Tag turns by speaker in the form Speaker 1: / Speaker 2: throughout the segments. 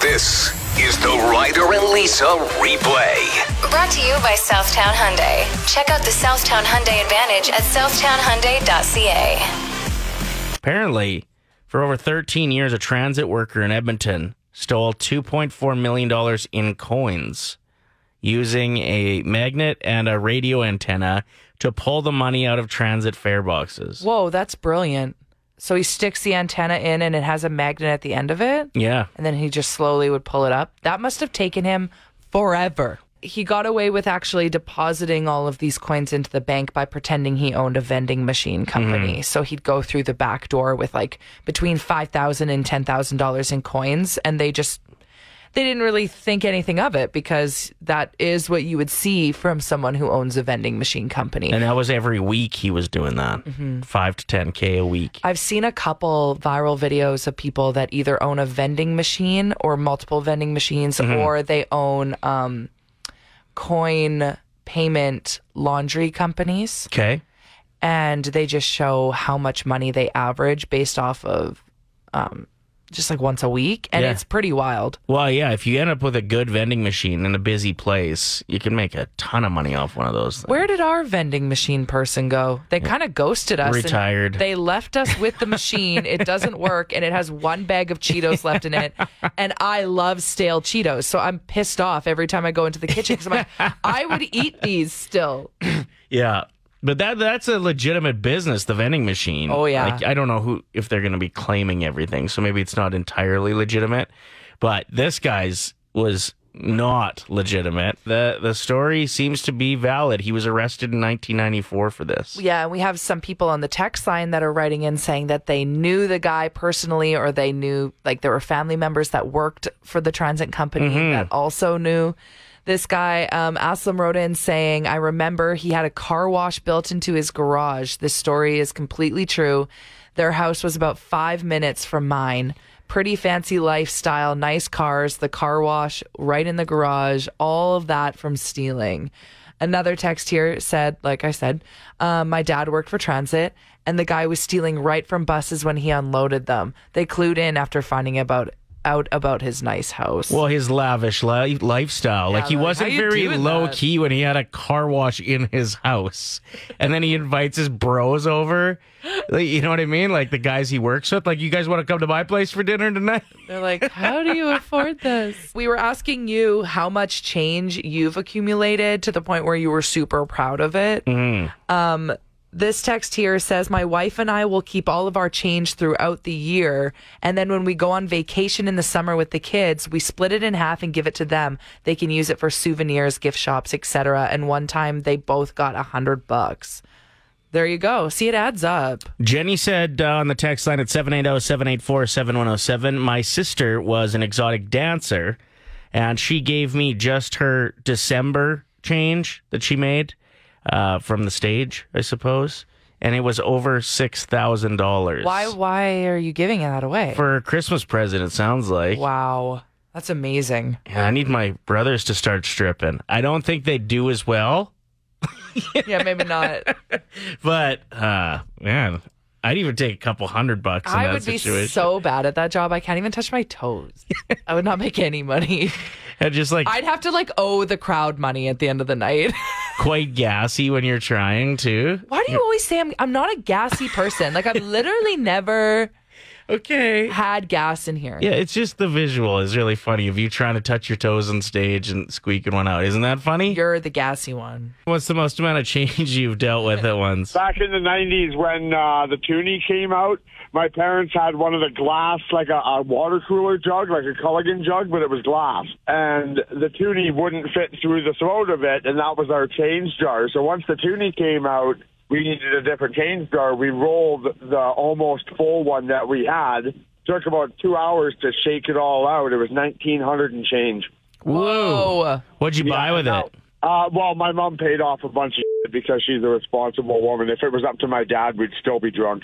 Speaker 1: This is the Ryder and Lisa replay.
Speaker 2: Brought to you by Southtown Hyundai. Check out the Southtown Hyundai Advantage at southtownhyundai.ca.
Speaker 3: Apparently, for over 13 years, a transit worker in Edmonton stole $2.4 million in coins using a magnet and a radio antenna to pull the money out of transit fare boxes.
Speaker 4: Whoa, that's brilliant. So he sticks the antenna in and it has a magnet at the end of it.
Speaker 3: Yeah.
Speaker 4: And then he just slowly would pull it up. That must have taken him forever. He got away with actually depositing all of these coins into the bank by pretending he owned a vending machine company. So he'd go through the back door with like between five thousand and ten thousand dollars in coins, and they just they didn't really think anything of it because that is what you would see from someone who owns a vending machine company.
Speaker 3: And that was every week he was doing that, five to 10K a week.
Speaker 4: I've seen a couple viral videos of people that either own a vending machine or multiple vending machines, or they own um, coin payment laundry companies,
Speaker 3: Okay.
Speaker 4: and they just show how much money they average based off of um, just like once a week, and
Speaker 3: Yeah.
Speaker 4: it's pretty wild.
Speaker 3: Well, yeah, if you end up with a good vending machine in a busy place, you can make a ton of money off one of those. Things.
Speaker 4: Where did our vending machine person go? They kind of ghosted us. and
Speaker 3: Retired.
Speaker 4: They left us with the machine. it doesn't work, and it has one bag of Cheetos left in it. And I love stale Cheetos, so I'm pissed off every time I go into the kitchen because I'm like, I would eat these still.
Speaker 3: Yeah. But that that's a legitimate business, the vending machine.
Speaker 4: Oh, yeah.
Speaker 3: Like, I don't know who if they're going to be claiming everything, so maybe it's not entirely legitimate. But this guy's was not legitimate. the The story seems to be valid. He was arrested in 1994 for this.
Speaker 4: Yeah, and we have some people on the text line that are writing in saying that they knew the guy personally, or they knew like there were family members that worked for the transit company that also knew this guy. Um, Aslam wrote in saying, "I remember he had a car wash built into his garage. This story is completely true. Their house was about five minutes from mine." Pretty fancy lifestyle, nice cars, the car wash right in the garage, all of that from stealing. Another text here said, like I said, um, my dad worked for transit and the guy was stealing right from buses when he unloaded them. They clued in after finding about out about his nice house.
Speaker 3: Well, his lavish li- lifestyle. like, he
Speaker 4: like,
Speaker 3: wasn't
Speaker 4: how you
Speaker 3: very
Speaker 4: doing
Speaker 3: low
Speaker 4: that?
Speaker 3: key when he had a car wash in his house. And then he invites his bros over. Like, you know what I mean? Like, the guys he works with. Like, you guys want to come to my place for dinner tonight?
Speaker 4: They're like, how do you afford this? We were asking you how much change you've accumulated to the point where you were super proud of it. Um, this text here says, My wife and I will keep all of our change throughout the year. And then when we go on vacation in the summer with the kids, we split it in half and give it to them. They can use it for souvenirs, gift shops, etc. And one time they both got a hundred bucks. There you go. See, it adds up.
Speaker 3: Jenny said uh, on the text line at oh, 780-784-7107, my sister was an exotic dancer and she gave me just her December change that she made uh, from the stage, I suppose. And it was over $6,000.
Speaker 4: Why why are you giving that away?
Speaker 3: For a Christmas present, it sounds like.
Speaker 4: Wow. That's amazing.
Speaker 3: Yeah, I need my brothers to start stripping. I don't think they do as well,
Speaker 4: Yeah, maybe not.
Speaker 3: but uh, man, I'd even take a couple hundred bucks in
Speaker 4: I
Speaker 3: that
Speaker 4: would be
Speaker 3: situation.
Speaker 4: so bad at that job. I can't even touch my toes. I would not make any money.
Speaker 3: and just like
Speaker 4: I'd have to like owe the crowd money at the end of the night.
Speaker 3: quite gassy when you're trying to.
Speaker 4: Why do you always say I'm I'm not a gassy person? Like I've literally never
Speaker 3: Okay.
Speaker 4: had gas in here.
Speaker 3: Yeah, it's just the visual is really funny of you trying to touch your toes on stage and squeaking one out. Isn't that funny?
Speaker 4: You're the gassy one.
Speaker 3: What's the most amount of change you've dealt with at once?
Speaker 5: back in the 90s when uh, the Toonie came out, my parents had one of the glass, like a, a water cooler jug, like a Culligan jug, but it was glass. And the Toonie wouldn't fit through the throat of it, and that was our change jar. So once the Toonie came out, we needed a different change jar. We rolled the almost full one that we had. Took about two hours to shake it all out. It was 1900 and change.
Speaker 4: Whoa.
Speaker 3: What'd you buy with it?
Speaker 5: Uh, well, my mom paid off a bunch of shit because she's a responsible woman. If it was up to my dad, we'd still be drunk.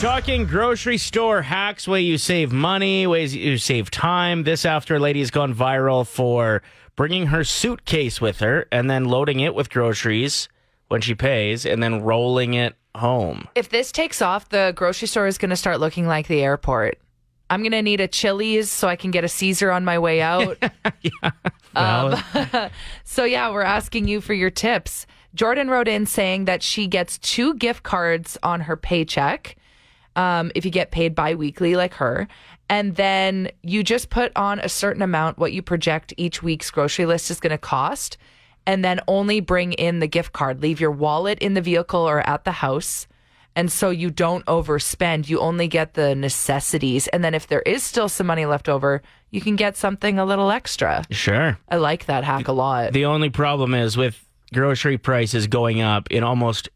Speaker 3: Talking grocery store hacks, way you save money, ways you save time. This after a lady has gone viral for bringing her suitcase with her and then loading it with groceries when she pays and then rolling it home.
Speaker 4: If this takes off, the grocery store is gonna start looking like the airport. I'm gonna need a Chili's so I can get a Caesar on my way out.
Speaker 3: Well,
Speaker 4: Um, so yeah, we're asking you for your tips. Jordan wrote in saying that she gets two gift cards on her paycheck. Um, if you get paid bi-weekly like her and then you just put on a certain amount what you project each week's grocery list is going to cost and then only bring in the gift card leave your wallet in the vehicle or at the house and so you don't overspend you only get the necessities and then if there is still some money left over you can get something a little extra
Speaker 3: sure.
Speaker 4: i like that hack a lot
Speaker 3: The only problem is with grocery prices going up in almost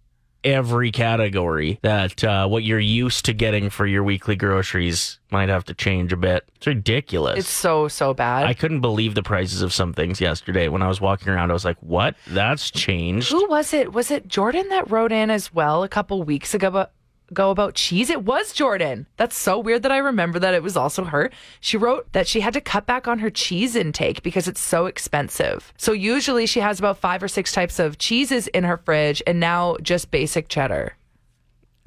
Speaker 3: every category that uh, what you're used to getting for your weekly groceries might have to change a bit. It's ridiculous.
Speaker 4: it's so so bad
Speaker 3: I couldn't believe the prices of some things yesterday. When I was walking around, I was like, "What? That's changed."
Speaker 4: Who was it? Was it Jordan that wrote in as well a couple weeks ago about, ago about cheese? It was Jordan. That's so weird that I remember that it was also her. She wrote that she had to cut back on her cheese intake because it's so expensive. So usually she has about five or six types of cheeses in her fridge and now just basic cheddar.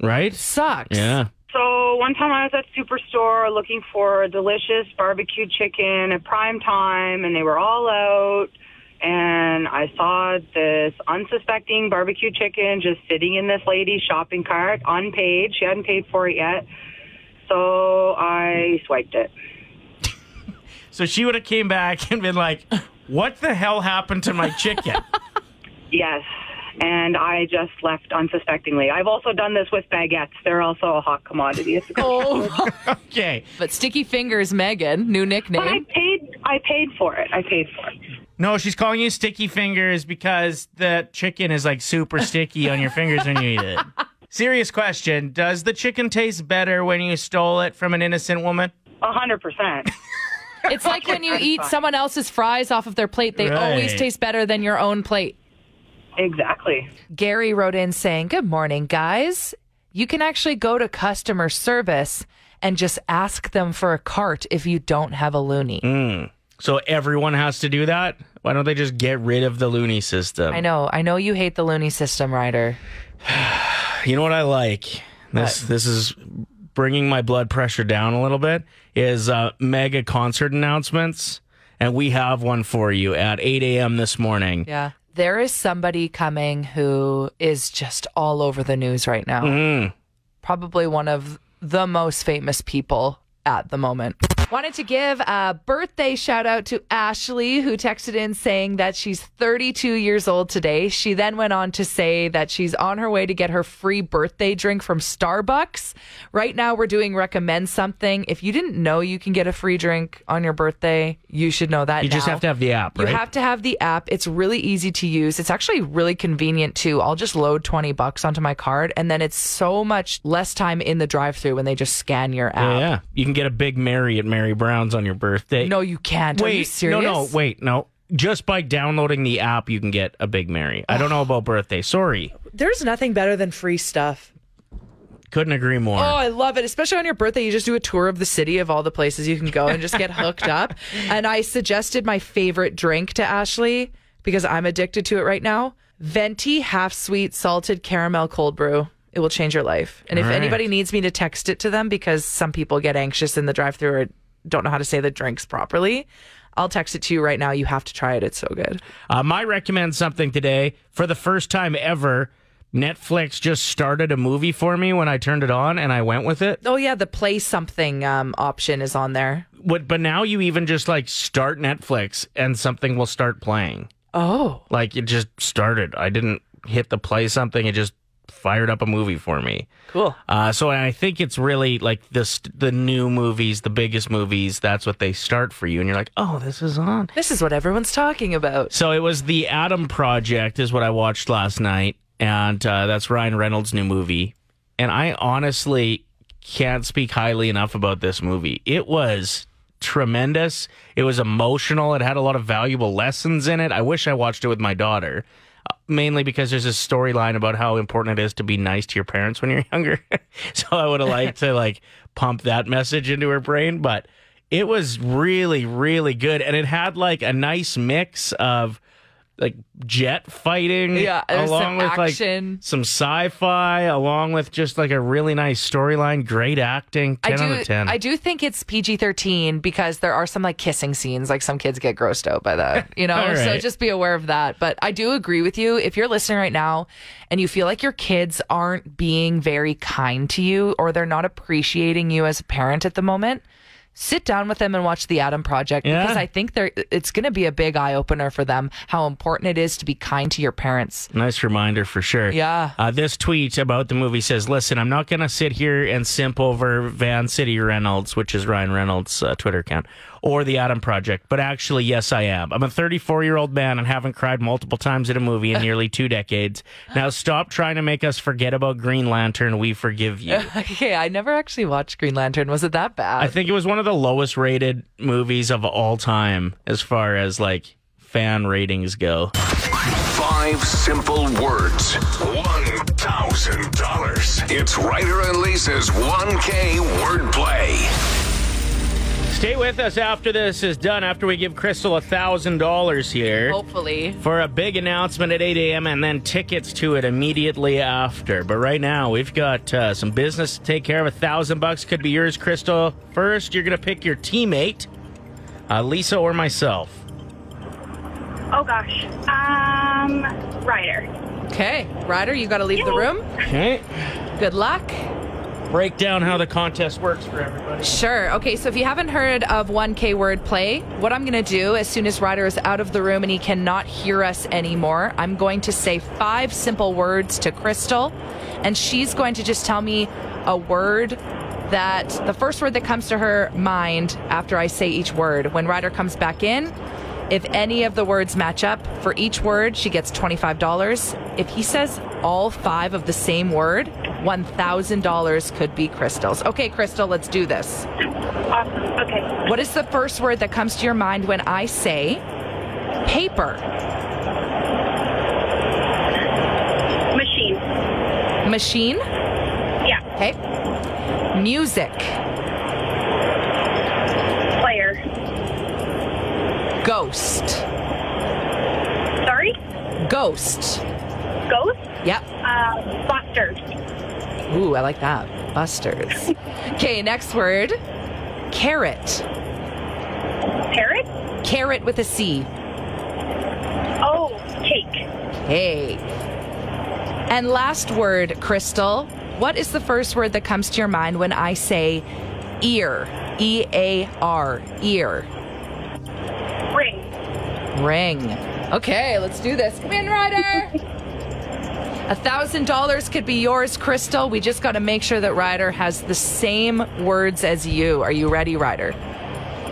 Speaker 3: Right?
Speaker 4: Sucks.
Speaker 3: Yeah.
Speaker 6: So one time I was at Superstore looking for delicious barbecue chicken at prime time, and they were all out. And I saw this unsuspecting barbecue chicken just sitting in this lady's shopping cart, unpaid. She hadn't paid for it yet, so I swiped it.
Speaker 3: So she would have came back and been like, "What the hell happened to my chicken?"
Speaker 6: Yes. And I just left unsuspectingly. I've also done this with baguettes. They're also a hot commodity. It's a
Speaker 4: Oh,
Speaker 3: okay.
Speaker 4: but Sticky Fingers Megan, new
Speaker 6: But I
Speaker 4: nickname.
Speaker 6: paid. I paid for it. I paid for it.
Speaker 3: No, she's calling you sticky fingers because the chicken is like super sticky on your fingers when you eat it. Serious question: Does the chicken taste better when you stole it from an innocent woman?
Speaker 6: A hundred percent.
Speaker 4: It's like when you eat someone else's fries off of their plate, they always
Speaker 3: Right.
Speaker 4: taste better than your own plate.
Speaker 6: Exactly.
Speaker 4: Gary wrote in saying, Good morning, guys. You can actually go to customer service and just ask them for a cart if you don't have a loony.
Speaker 3: So everyone has to do that. Why don't they just get rid of the loony system?
Speaker 4: I know, I know you hate the loony system, Ryder.
Speaker 3: You know what I like? This this is bringing my blood pressure down a little bit. Is uh, mega concert announcements, and we have one for you at 8 a.m. this morning.
Speaker 4: Yeah. There is somebody coming who is just all over the news right now.
Speaker 3: Mm-hmm.
Speaker 4: Probably one of the most famous people at the moment. Wanted to give a birthday shout out to Ashley, who texted in saying that she's 32 years old today. She then went on to say that she's on her way to get her free birthday drink from Starbucks. Right now, we're doing recommend something. If you didn't know you can get a free drink on your birthday, you should know that.
Speaker 3: You just
Speaker 4: now.
Speaker 3: have to have the app, right?
Speaker 4: You have to have the app. It's really easy to use. It's actually really convenient too. I'll just load 20 bucks onto my card and then it's so much less time in the drive-through when they just scan your
Speaker 3: yeah,
Speaker 4: app.
Speaker 3: yeah. you can get a big Mary at Mary Brown's on your birthday.
Speaker 4: No, you can't. Are
Speaker 3: wait,
Speaker 4: you serious?
Speaker 3: no, no, wait, no. Just by downloading the app, you can get a big Mary. I don't know about birthday. Sorry,
Speaker 7: There's nothing better than free stuff.
Speaker 3: couldn't agree more.
Speaker 4: Oh, I love it. Especially on your birthday, you just do a tour of the city of all the places you can go and just get hooked up. And I suggested my favorite drink to Ashley because I'm addicted to it right now. Venti half sweet salted caramel cold brew. It will change your life. And if
Speaker 3: All right.
Speaker 4: anybody needs me to text it to them because some people get anxious in the drive through or don't know how to say the drinks properly, I'll text it to you right now. You have to try it. It's so good.
Speaker 3: Um, I recommend something today. For the first time ever, Netflix just started a movie for me when I turned it on, and I went with it.
Speaker 4: Oh, yeah. The play something um, option is on there.
Speaker 3: What, but now you even just like start Netflix and something will start playing.
Speaker 4: Oh.
Speaker 3: Like it just started. I didn't hit the play something. It just fired up a movie for me.
Speaker 4: Cool.
Speaker 3: Uh, so I think it's really like this the new movies, the biggest movies. That's what they start for you, and you're like, oh, this is on.
Speaker 4: This is what everyone's talking about.
Speaker 3: So it was the Adam Project, is what I watched last night, and uh, that's Ryan Reynolds' new movie. And I honestly can't speak highly enough about this movie. It was tremendous. It was emotional. It had a lot of valuable lessons in it. I wish I watched it with my daughter, uh, mainly because there's this storyline about how important it is to be nice to your parents when you're younger. so I would have liked to like pump that message into her brain, but it was really really good and it had like a nice mix of like jet fighting,
Speaker 4: Yeah, there's
Speaker 3: along
Speaker 4: some
Speaker 3: with
Speaker 4: action.
Speaker 3: like some sci-fi, along with just like a really nice storyline, great acting. Ten
Speaker 4: I do.
Speaker 3: out of ten.
Speaker 4: I do think it's PG thirteen because there are some like kissing scenes. Like some kids get grossed out by that, you know.
Speaker 3: All
Speaker 4: So
Speaker 3: right.
Speaker 4: just be aware of that. But I do agree with you. If you're listening right now and you feel like your kids aren't being very kind to you or they're not appreciating you as a parent at the moment, sit down with them and watch the Adam Project
Speaker 3: Yeah.
Speaker 4: because I think they're it's going to be a big eye opener for them how important it is to be kind to your parents.
Speaker 3: Nice reminder for sure.
Speaker 4: Yeah.
Speaker 3: Uh, this tweet about the movie says, "Listen, I'm not going to sit here and simp over Van City Reynolds, which is Ryan Reynolds' uh, Twitter account, or the Adam Project, but actually, yes, I am. I'm a 34 year old man and haven't cried multiple times at a movie in nearly two decades. Now stop trying to make us forget about Green Lantern. We forgive you."
Speaker 4: Okay, I never actually watched Green Lantern. Was it that bad?
Speaker 3: I think it was one of the lowest rated movies of all time as far as like fan ratings go.
Speaker 1: Five simple words, $1,000. It's Ryder and Lisa's 1K wordplay.
Speaker 3: Stay with us after this is done, after we give Crystal a thousand dollars here.
Speaker 4: Oh. Hopefully.
Speaker 3: For a big announcement at 8 a.m. and then tickets to it immediately after. But right now, we've got uh, some business to take care of. A thousand bucks could be yours, Crystal. First, you're going to pick your teammate, uh, Lisa or myself.
Speaker 8: Oh gosh. Um, Ryder.
Speaker 4: Okay, Ryder, you got to leave the room.
Speaker 3: Okay.
Speaker 4: Good luck.
Speaker 3: Break down how the contest works for everybody.
Speaker 4: Sure. Okay, so if you haven't heard of 1K word play, what I'm going to do as soon as Ryder is out of the room and he cannot hear us anymore, I'm going to say five simple words to Crystal, and she's going to just tell me a word that the first word that comes to her mind after I say each word. When Ryder comes back in, if any of the words match up, for each word, she gets $25. If he says all five of the same word, $1,000 could be Crystal's. Okay, Crystal, let's do this.
Speaker 8: Awesome. Okay.
Speaker 4: What is the first word that comes to your mind when I say paper,
Speaker 8: Machine.
Speaker 4: machine?
Speaker 8: Yeah.
Speaker 4: Okay. Music,
Speaker 8: Player.
Speaker 4: ghost,
Speaker 8: Sorry.
Speaker 4: ghost.
Speaker 8: Ghost.
Speaker 4: Yep.
Speaker 8: Uh, Buster.
Speaker 4: Ooh, I like that. Busters. Okay, next word carrot,
Speaker 8: Parrot.
Speaker 4: carrot with a C.
Speaker 8: Oh, cake.
Speaker 4: Hey. And last word, Crystal. What is the first word that comes to your mind when I say ear? E A R, ear.
Speaker 8: Ring.
Speaker 4: Ring. Okay, let's do this. Come in, Ryder. A thousand dollars could be yours, Crystal. We just got to make sure that Ryder has the same words as you. Are you ready, Ryder?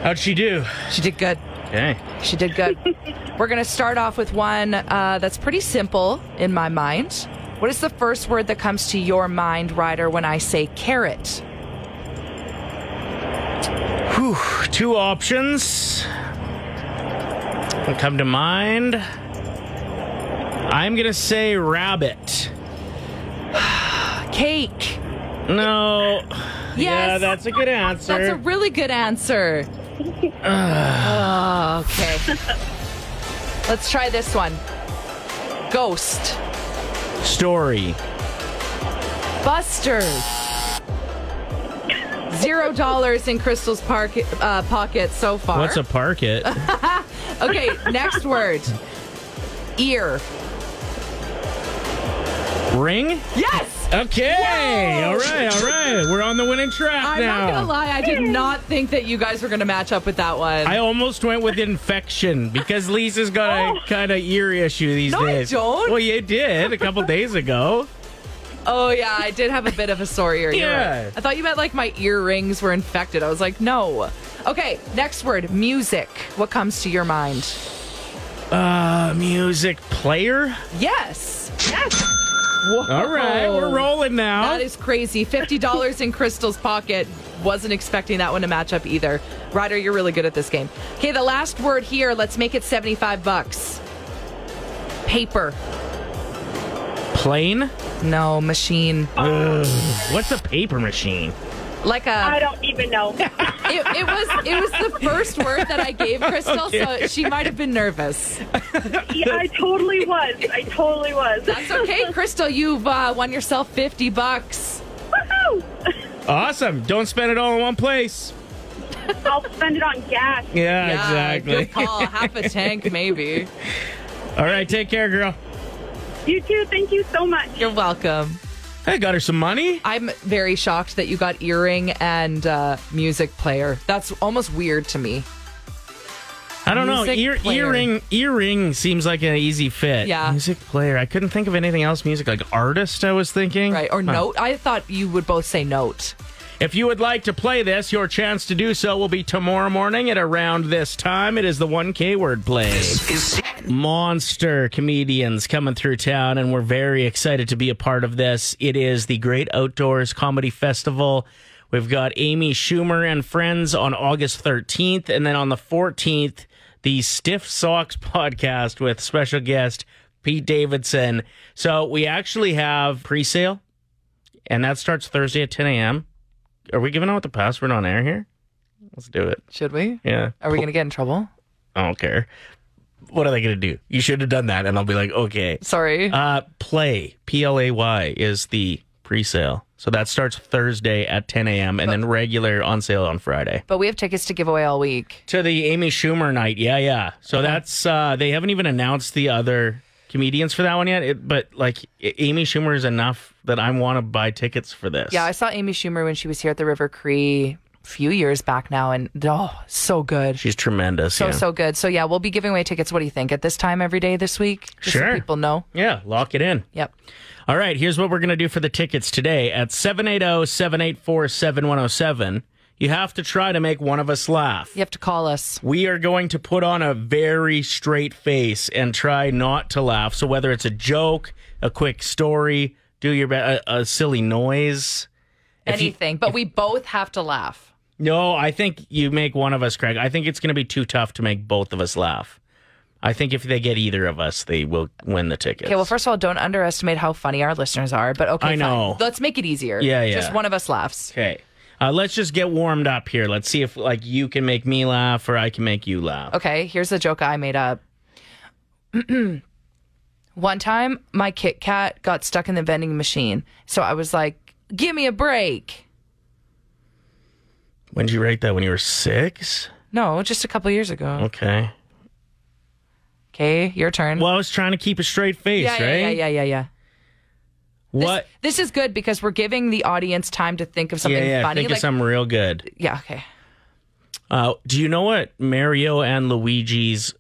Speaker 3: How'd she do?
Speaker 4: She did good.
Speaker 3: Okay.
Speaker 4: She did good. We're going to start off with one uh, that's pretty simple in my mind. What is the first word that comes to your mind, Ryder, when I say carrot?
Speaker 3: Whew, two options that come to mind. I'm gonna say rabbit.
Speaker 4: Cake.
Speaker 3: No.
Speaker 4: Yes.
Speaker 3: Yeah, that's a good answer.
Speaker 4: That's a really good answer. Oh, okay. Let's try this one. Ghost.
Speaker 3: Story.
Speaker 4: Busters. Zero dollars in Crystal's park, uh, pocket so far.
Speaker 3: What's a parket?
Speaker 4: Okay, next word. Ear.
Speaker 3: Ring?
Speaker 4: Yes!
Speaker 3: Okay. All right, all right. We're on the winning track
Speaker 4: I'm
Speaker 3: now.
Speaker 4: not gonna lie, I did not think that you guys were gonna match up with that one.
Speaker 3: I almost went with infection because Lisa's got a kind of ear issue these
Speaker 4: Oh. No, I
Speaker 3: days.
Speaker 4: don't.
Speaker 3: Well, you did a couple days ago.
Speaker 4: oh yeah, I did have a bit of a sore ear. You're
Speaker 3: Yeah.
Speaker 4: right. I thought you meant like my earrings were infected. I was like, no. Okay, next word, music. What comes to your mind?
Speaker 3: Uh, music player.
Speaker 4: Yes. Yes. Whoa.
Speaker 3: All right, we're rolling now.
Speaker 4: That is crazy. Fifty dollars in Crystal's pocket. Wasn't expecting that one to match up either. Ryder, you're really good at this game. Okay, the last word here. Let's make it seventy-five bucks. Paper.
Speaker 3: Plane?
Speaker 4: No machine.
Speaker 3: What's a paper machine?
Speaker 4: Like
Speaker 8: I
Speaker 4: a
Speaker 8: don't even know.
Speaker 9: it, it was it was the first word that I gave Crystal, so she might have been nervous.
Speaker 8: Yeah, I totally was. I totally was.
Speaker 9: That's okay, Crystal. You've uh, won yourself fifty bucks.
Speaker 8: Woohoo!
Speaker 3: Awesome. Don't spend it all in one place.
Speaker 8: I'll spend it on gas.
Speaker 3: Yeah,
Speaker 4: Yeah,
Speaker 3: exactly.
Speaker 4: Good call. Half a tank, maybe.
Speaker 3: All right, take care, girl.
Speaker 8: You too. Thank you so much.
Speaker 4: You're welcome.
Speaker 3: I got her some money.
Speaker 4: I'm very shocked that you got earring and uh, music player. That's almost weird to me.
Speaker 3: I don't know.
Speaker 4: Music
Speaker 3: Ear,
Speaker 4: player.
Speaker 3: earring earring seems like an easy fit.
Speaker 4: Yeah.
Speaker 3: Music player. I couldn't think of anything else. Music like artist. I was thinking.
Speaker 4: Right. Or
Speaker 3: Huh.
Speaker 4: note. I thought you would both say note.
Speaker 3: If you would like to play this, your chance to do so will be tomorrow morning at around this time. It is the 1K word play.
Speaker 1: Is
Speaker 3: Monster comedians coming through town, and we're very excited to be a part of this. It is the Great Outdoors Comedy Festival. We've got Amy Schumer and friends on August 13th, and then on the 14th, the Stiff Socks podcast with special guest Pete Davidson. So we actually have pre sale, and that starts Thursday at 10 a.m. Are we giving out the password on air here? Let's do it.
Speaker 4: Should we?
Speaker 3: Yeah.
Speaker 4: Are we going to get in trouble?
Speaker 3: I don't care. What are they going to do? You should have done that. And I'll be like, okay.
Speaker 4: Sorry.
Speaker 3: Uh, play, P L A Y, is the pre sale. So that starts Thursday at 10 a.m. and then regular on sale on Friday.
Speaker 4: but we have tickets to give away all week.
Speaker 3: To the Amy Schumer night. Yeah, yeah. So that's, uh, they haven't even announced the other comedians for that one yet. It, but like, A- Amy Schumer is enough that I want to buy tickets for this.
Speaker 4: Yeah, I saw Amy Schumer when she was here at the River Cree a few years back now, and oh, so good.
Speaker 3: She's tremendous.
Speaker 4: so,
Speaker 3: yeah.
Speaker 4: so good. So, yeah, we'll be giving away tickets. What do you think? At this time every day this week? Just so
Speaker 3: Sure.
Speaker 4: people know.
Speaker 3: yeah, lock it in.
Speaker 4: Yep.
Speaker 3: All right, here's what we're going to do for the tickets today. At oh, 780 784 7107, you have to try to make one of us laugh.
Speaker 4: You have to call us.
Speaker 3: We are going to put on a very straight face and try not to laugh. So, whether it's a joke, a quick story, do your be- a, a silly noise. If you-
Speaker 4: Anything. but we both have to laugh.
Speaker 3: no, I think you make one of us, Craig. I think it's going to be too tough to make both of us laugh. I think if they get either of us, they will win the tickets.
Speaker 4: Okay, well, first of all, don't underestimate how funny our listeners are. But okay,
Speaker 3: I
Speaker 4: fine.
Speaker 3: know.
Speaker 4: Let's make it easier.
Speaker 3: Yeah, yeah.
Speaker 4: Just one of us laughs.
Speaker 3: Okay. Uh, let's just get warmed up here. Let's see if like you can make me laugh or I can make you laugh.
Speaker 4: Okay, here's a joke I made up. One time, my Kit Kat got stuck in the vending machine, so I was like, "Give me a break."
Speaker 3: When did you write that? When you were six?
Speaker 4: No, just a couple years ago.
Speaker 3: Okay.
Speaker 4: Okay, your turn.
Speaker 3: Well, I was trying to keep a straight face,
Speaker 4: yeah, yeah,
Speaker 3: right?
Speaker 4: yeah, yeah, yeah, yeah. This-
Speaker 3: What?
Speaker 4: This, is good because we're giving the audience time to think of something
Speaker 3: yeah, yeah.
Speaker 4: funny.
Speaker 3: think
Speaker 4: like,
Speaker 3: of something real good.
Speaker 4: yeah, okay.
Speaker 3: Uh, do you know what Mario and Luigi's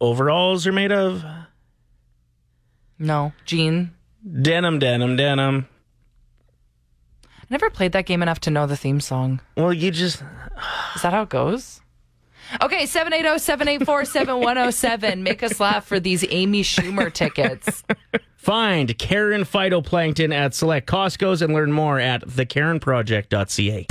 Speaker 3: overalls are made of?
Speaker 4: No, Gene.
Speaker 3: Denim, denim, denim.
Speaker 4: I never played that game enough to know the theme song.
Speaker 3: Well, you just
Speaker 4: Is that how it goes? Okay, oh, 780-784-7107. Make us laugh for these Amy Schumer tickets.
Speaker 3: find Karen Phytoplankton at select Costco's and learn more at theKarenProject.ca.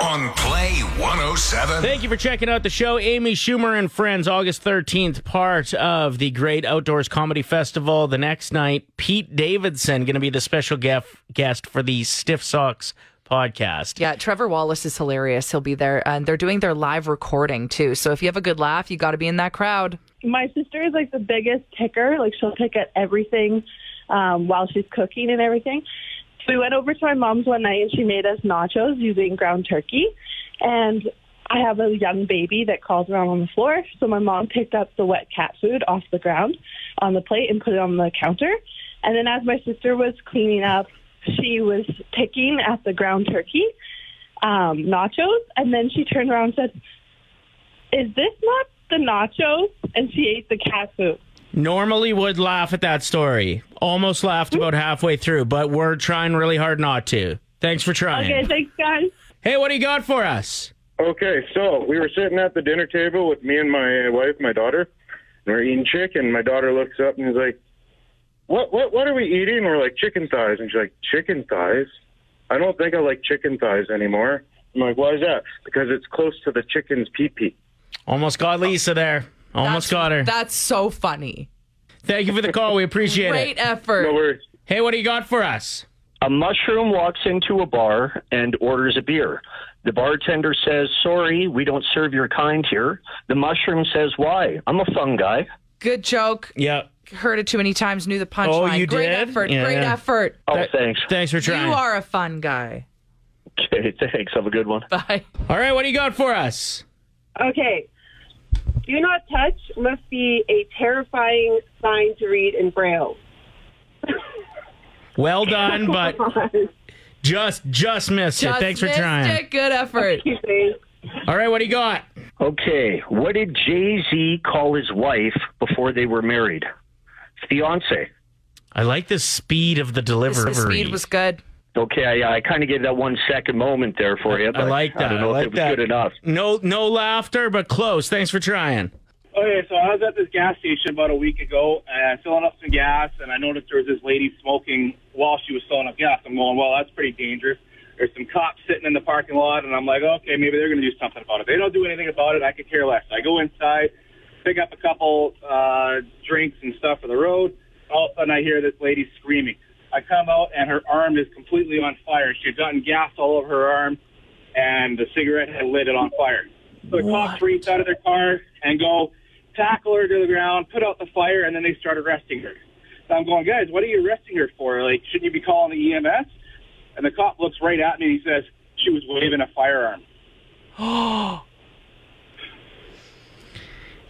Speaker 1: on Play 107.
Speaker 3: Thank you for checking out the show. Amy Schumer and Friends, August 13th, part of the Great Outdoors Comedy Festival. The next night, Pete Davidson going to be the special gef- guest for the Stiff Socks podcast.
Speaker 4: Yeah, Trevor Wallace is hilarious. He'll be there and they're doing their live recording too. So if you have a good laugh, you got to be in that crowd.
Speaker 10: my sister is like the biggest picker. Like she'll pick at everything um, while she's cooking and everything. So we went over to my mom's one night and she made us nachos using ground turkey. And I have a young baby that crawls around on the floor. So my mom picked up the wet cat food off the ground on the plate and put it on the counter. And then as my sister was cleaning up, she was picking at the ground turkey um, nachos. And then she turned around and said, is this not the nachos? And she ate the cat food.
Speaker 3: Normally would laugh at that story. Almost laughed about halfway through, but we're trying really hard not to. Thanks for trying.
Speaker 10: Okay, thanks, guys.
Speaker 3: Hey, what do you got for us?
Speaker 5: Okay, so we were sitting at the dinner table with me and my wife, my daughter, and we're eating chicken. My daughter looks up and is like, "What? What? What are we eating?" We're like, "Chicken thighs," and she's like, "Chicken thighs? I don't think I like chicken thighs anymore." I'm like, "Why is that?" Because it's close to the chicken's pee pee.
Speaker 3: Almost got Lisa there. Almost got her.
Speaker 4: That's so funny.
Speaker 3: Thank you for the call. We appreciate
Speaker 4: Great
Speaker 3: it.
Speaker 4: effort.
Speaker 5: No worries.
Speaker 3: Hey, what do you got for us?
Speaker 11: A mushroom walks into a bar and orders a beer. The bartender says, Sorry, we don't serve your kind here. The mushroom says, Why? I'm a fungi.
Speaker 4: Good joke.
Speaker 3: Yeah.
Speaker 4: Heard it too many times. Knew the punchline.
Speaker 3: Oh, you
Speaker 4: Great
Speaker 3: did?
Speaker 4: effort.
Speaker 3: Yeah.
Speaker 4: Great effort.
Speaker 11: Oh, thanks.
Speaker 3: Thanks for trying.
Speaker 4: You are a fun guy.
Speaker 11: Okay, thanks. Have a good one.
Speaker 4: Bye.
Speaker 3: All right, what do you got for us?
Speaker 8: Okay. Do not touch must be a terrifying sign to read in Braille.
Speaker 3: Well done, but just just missed it. Thanks for
Speaker 4: Just missed
Speaker 3: trying.
Speaker 4: it. Good effort.
Speaker 3: All right, what do you got?
Speaker 11: Okay, what did Jay Z call his wife before they were married? Fiance.
Speaker 3: I like the speed of the delivery.
Speaker 4: The speed was good.
Speaker 11: Okay, I, I kind of gave that one second moment there for you.
Speaker 3: I
Speaker 11: but
Speaker 3: like that.
Speaker 11: I don't know
Speaker 3: I like
Speaker 11: if it was
Speaker 3: that.
Speaker 11: good enough.
Speaker 3: No, no laughter, but close. Thanks for trying.
Speaker 12: Okay, so I was at this gas station about a week ago, and I filling up some gas, and I noticed there was this lady smoking while she was filling up gas. I'm going, well, that's pretty dangerous. There's some cops sitting in the parking lot, and I'm like, okay, maybe they're going to do something about it. They don't do anything about it. I could care less. I go inside, pick up a couple uh, drinks and stuff for the road. All of a sudden, I hear this lady screaming. I come out, and her arm is completely on fire. She had gotten gas all over her arm, and the cigarette had lit it on fire. So the cops reach out of their car and go tackle her to the ground, put out the fire, and then they start arresting her. So I'm going, guys, what are you arresting her for? Like, shouldn't you be calling the EMS? And the cop looks right at me and he says, she was waving a firearm.
Speaker 4: Oh,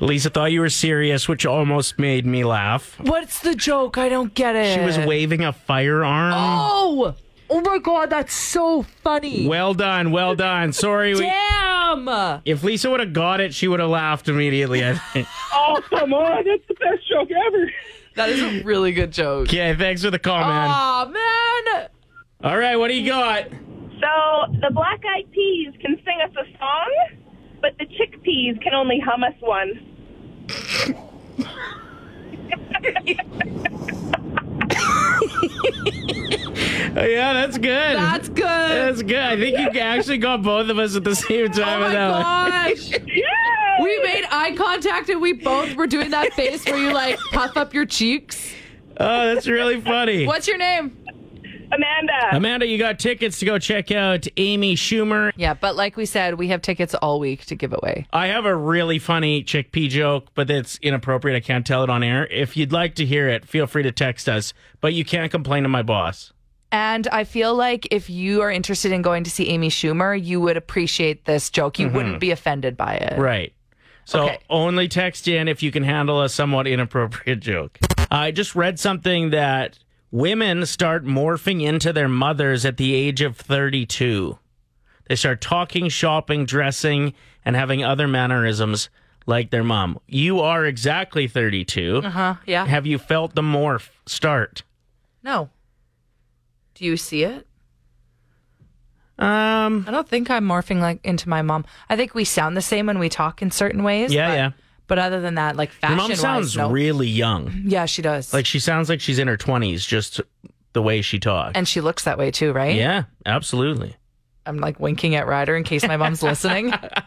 Speaker 3: Lisa thought you were serious, which almost made me laugh.
Speaker 4: what's the joke? I don't get it.
Speaker 3: She was waving a firearm.
Speaker 4: Oh, oh my god, that's so funny.
Speaker 3: Well done, well done. Sorry, we,
Speaker 4: Damn. That
Speaker 3: if Lisa would have got it, she would have laughed immediately. I think.
Speaker 12: Oh, come on. That's the best joke ever.
Speaker 4: is a really good joke.
Speaker 3: Okay, thanks for the call, man.
Speaker 4: Aw, man. Oh.
Speaker 3: All right, what do you got?
Speaker 8: So the black eyed peas can sing us a song, but the chickpeas can only hum us one.
Speaker 3: Oh, yeah, that's good.
Speaker 4: That's good.
Speaker 3: That's good. I think you actually got both of us at the same
Speaker 4: oh
Speaker 3: time.
Speaker 4: my
Speaker 3: on that one.
Speaker 4: gosh. We made eye contact and we both were doing that face where you like puff up your cheeks.
Speaker 3: Oh, that's really funny.
Speaker 4: What's your name?
Speaker 8: Amanda.
Speaker 3: Amanda, you got tickets to go check out Amy Schumer.
Speaker 4: Yeah, but like we said, we have tickets all week to give away.
Speaker 3: I have a really funny chickpea joke, but it's inappropriate. I can't tell it on air. If you'd like to hear it, feel free to text us, but you can't complain to my boss.
Speaker 4: And I feel like if you are interested in going to see Amy Schumer, you would appreciate this joke. You
Speaker 3: Mm-hmm.
Speaker 4: wouldn't be offended by it.
Speaker 3: Right. So
Speaker 4: Okay.
Speaker 3: only text in if you can handle a somewhat inappropriate joke. I just read something that women start morphing into their mothers at the age of 32. They start talking, shopping, dressing, and having other mannerisms like their mom. You are exactly 32.
Speaker 4: Uh huh. Yeah.
Speaker 3: Have you felt the morph start?
Speaker 4: No. Do you see it?
Speaker 3: Um.
Speaker 4: I don't think I'm morphing like into my mom. I think we sound the same when we talk in certain ways.
Speaker 3: Yeah,
Speaker 4: but,
Speaker 3: yeah.
Speaker 4: But other than that, like
Speaker 3: Your
Speaker 4: fashion
Speaker 3: mom sounds
Speaker 4: wise, no.
Speaker 3: really young.
Speaker 4: yeah, she does.
Speaker 3: Like she sounds like she's in her 20s, just the way she talks.
Speaker 4: and she looks that way too, right?
Speaker 3: yeah, absolutely.
Speaker 4: I'm like winking at Ryder in case my mom's listening.
Speaker 3: But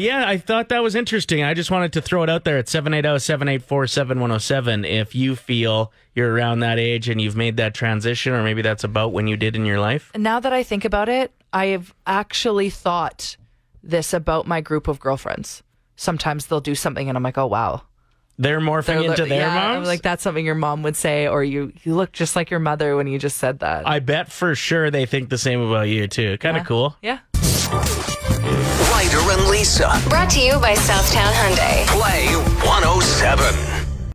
Speaker 3: yeah, I thought that was interesting. I just wanted to throw it out there at oh, 780-784-7107 if you feel you're around that age and you've made that transition or maybe that's about when you did in your life.
Speaker 4: now that I think about it, I have actually thought this about my group of girlfriends. Sometimes they'll do something and I'm like, oh, wow.
Speaker 3: They're morphing
Speaker 4: They're
Speaker 3: into
Speaker 4: li-
Speaker 3: their
Speaker 4: yeah, I'm
Speaker 3: moms?
Speaker 4: Like that's something your mom would say, or you, you look just like your mother when you just said that.
Speaker 3: I bet for sure they think the same about you too. Kind of cool.
Speaker 4: yeah.
Speaker 1: Ryder and Lisa.
Speaker 2: Brought to you by Southtown Hyundai.
Speaker 1: oh Play 107.